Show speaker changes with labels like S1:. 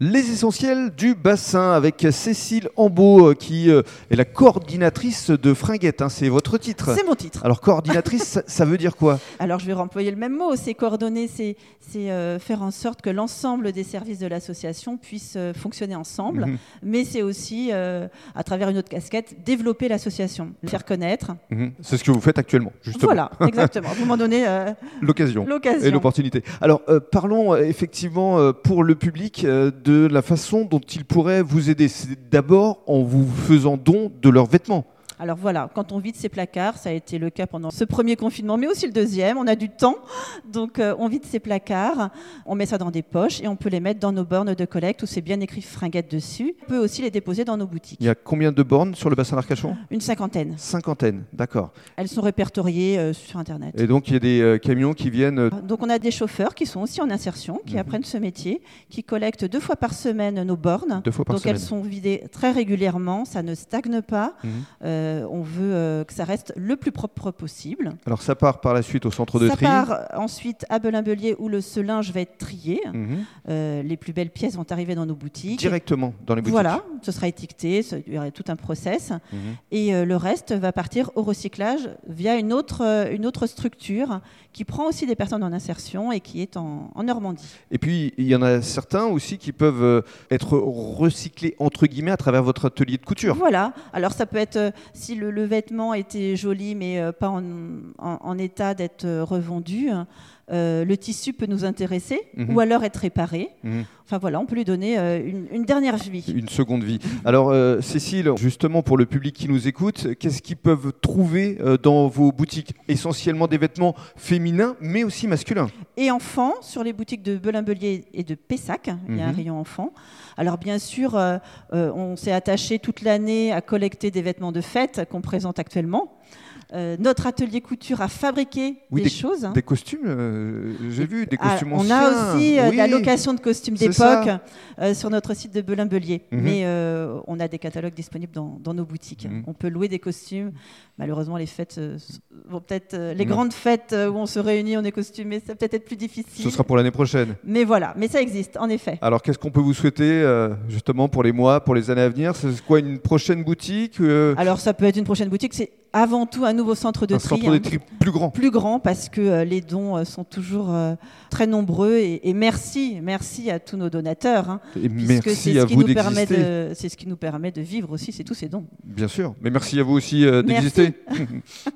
S1: Les essentiels du bassin avec Cécile Ambeau euh, qui euh, est la coordinatrice de Fringuette. hein, c'est votre titre.
S2: C'est mon titre.
S1: Alors coordinatrice, ça- ça veut dire quoi
S2: Alors je vais employer le même mot, c'est coordonner, c'est c'est, euh, faire en sorte que l'ensemble des services de l'association puissent euh, fonctionner ensemble,
S1: Mhm.
S2: mais c'est aussi, euh, à travers une autre casquette, développer l'association, le faire connaître.
S1: Mhm. C'est ce que vous faites actuellement, justement.
S2: Voilà, exactement. Vous m'en donnez euh,
S1: L'occasion. Et
S2: l'occasion.
S1: l'opportunité. Alors, euh, parlons euh, effectivement euh, pour le public euh, de la façon dont il pourrait vous aider. C'est d'abord en vous faisant don de leurs vêtements.
S2: Alors voilà, quand on vide ses placards, ça a été le cas pendant ce premier confinement, mais aussi le deuxième, on a du temps, donc euh, on vide ses placards, on met ça dans des poches et on peut les mettre dans nos bornes de collecte où c'est bien écrit fringuette dessus. On peut aussi les déposer dans nos boutiques,
S1: Il y a combien de bornes sur le bassin d'Arcachon
S2: une cinquantaine.
S1: Cinquantaine, d'accord.
S2: Elles sont répertoriées euh, sur Internet.
S1: Et donc, il y a des euh, camions qui viennent euh,
S2: Donc on a des chauffeurs qui sont aussi en insertion, qui
S1: Mhm.
S2: apprennent ce métier, qui collectent deux fois par semaine nos bornes.
S1: deux fois par
S2: Donc
S1: semaine.
S2: elles sont vidées très régulièrement, ça ne stagne pas.
S1: Mhm.
S2: Euh, on veut euh, que ça reste le plus propre possible.
S1: Alors, ça part par la suite au centre de
S2: ça
S1: tri.
S2: part ensuite à Belin-Belier où le linge va être trié.
S1: Mhm.
S2: Euh, les plus belles pièces vont arriver dans nos boutiques.
S1: Directement dans les boutiques.
S2: Voilà, ce sera étiqueté, ce- il y aura tout un process.
S1: Mhm.
S2: Et euh, le reste va partir au recyclage via une autre, euh, une autre structure qui prend aussi des personnes en insertion et qui est en, en Normandie.
S1: Et puis, il y en a certains aussi qui peuvent euh, être recyclés, entre guillemets, à travers votre atelier de couture.
S2: Voilà, alors ça peut être euh, si le, le vêtement était joli mais euh, pas en, en- en état d'être euh, revendu, euh, le tissu peut nous intéresser
S1: Mhm.
S2: ou alors être réparé.
S1: Mhm.
S2: Enfin voilà, on peut lui donner euh, une, une dernière vie.
S1: Une seconde vie. Alors, euh, Cécile, justement, pour le public qui nous écoute, qu'est-ce qu'ils peuvent trouver euh, dans vos boutiques Essentiellement des vêtements féminins, mais aussi masculins.
S2: et enfants sur les boutiques de Belimbelier et de Pessac. Il y a un
S1: Mhm.
S2: rayon enfants. Alors bien sûr, euh, euh, on s'est attaché toute l'année à collecter des vêtements de fête qu'on présente actuellement. Euh, notre atelier couture a fabriqué
S1: Oui,
S2: des,
S1: des-
S2: choses. hein.
S1: Des costumes, euh, j'ai vu, des
S2: Ah,
S1: costumes
S2: on
S1: anciens.
S2: a aussi euh, de la
S1: Oui.
S2: location de costumes
S1: C'est
S2: d'époque euh, sur notre site de Belimbelier.
S1: Mhm.
S2: Mais euh, on a des catalogues disponibles dans, dans nos boutiques.
S1: Mhm.
S2: On peut louer des costumes. Malheureusement, les fêtes euh, s- vont peut-être euh, les
S1: Mhm.
S2: grandes fêtes euh, où on se réunit, on est costumé, ça va peut-être être plus difficile.
S1: Ce sera pour l'année prochaine.
S2: Mais voilà, mais ça existe, en effet.
S1: Alors, qu'est-ce qu'on peut vous souhaiter, euh, justement, pour les mois, pour les années à venir C'est quoi, une prochaine boutique euh,
S2: Alors ça peut être une prochaine boutique, c'est avant tout un nouveau centre de
S1: Un
S2: tri.
S1: centre
S2: hein,
S1: des tri plus grand
S2: Plus grand parce que euh, les dons euh, sont toujours euh, très nombreux et, et merci, merci à tous nos donateurs. hein,
S1: Et
S2: puisque c'est
S1: merci
S2: ce
S1: à
S2: qui
S1: vous
S2: nous permet
S1: d'exister.
S2: de- C'est ce qui nous permet de vivre aussi, c'est tous ces dons.
S1: Bien sûr, mais merci à vous aussi euh,
S2: Merci.
S1: d'exister.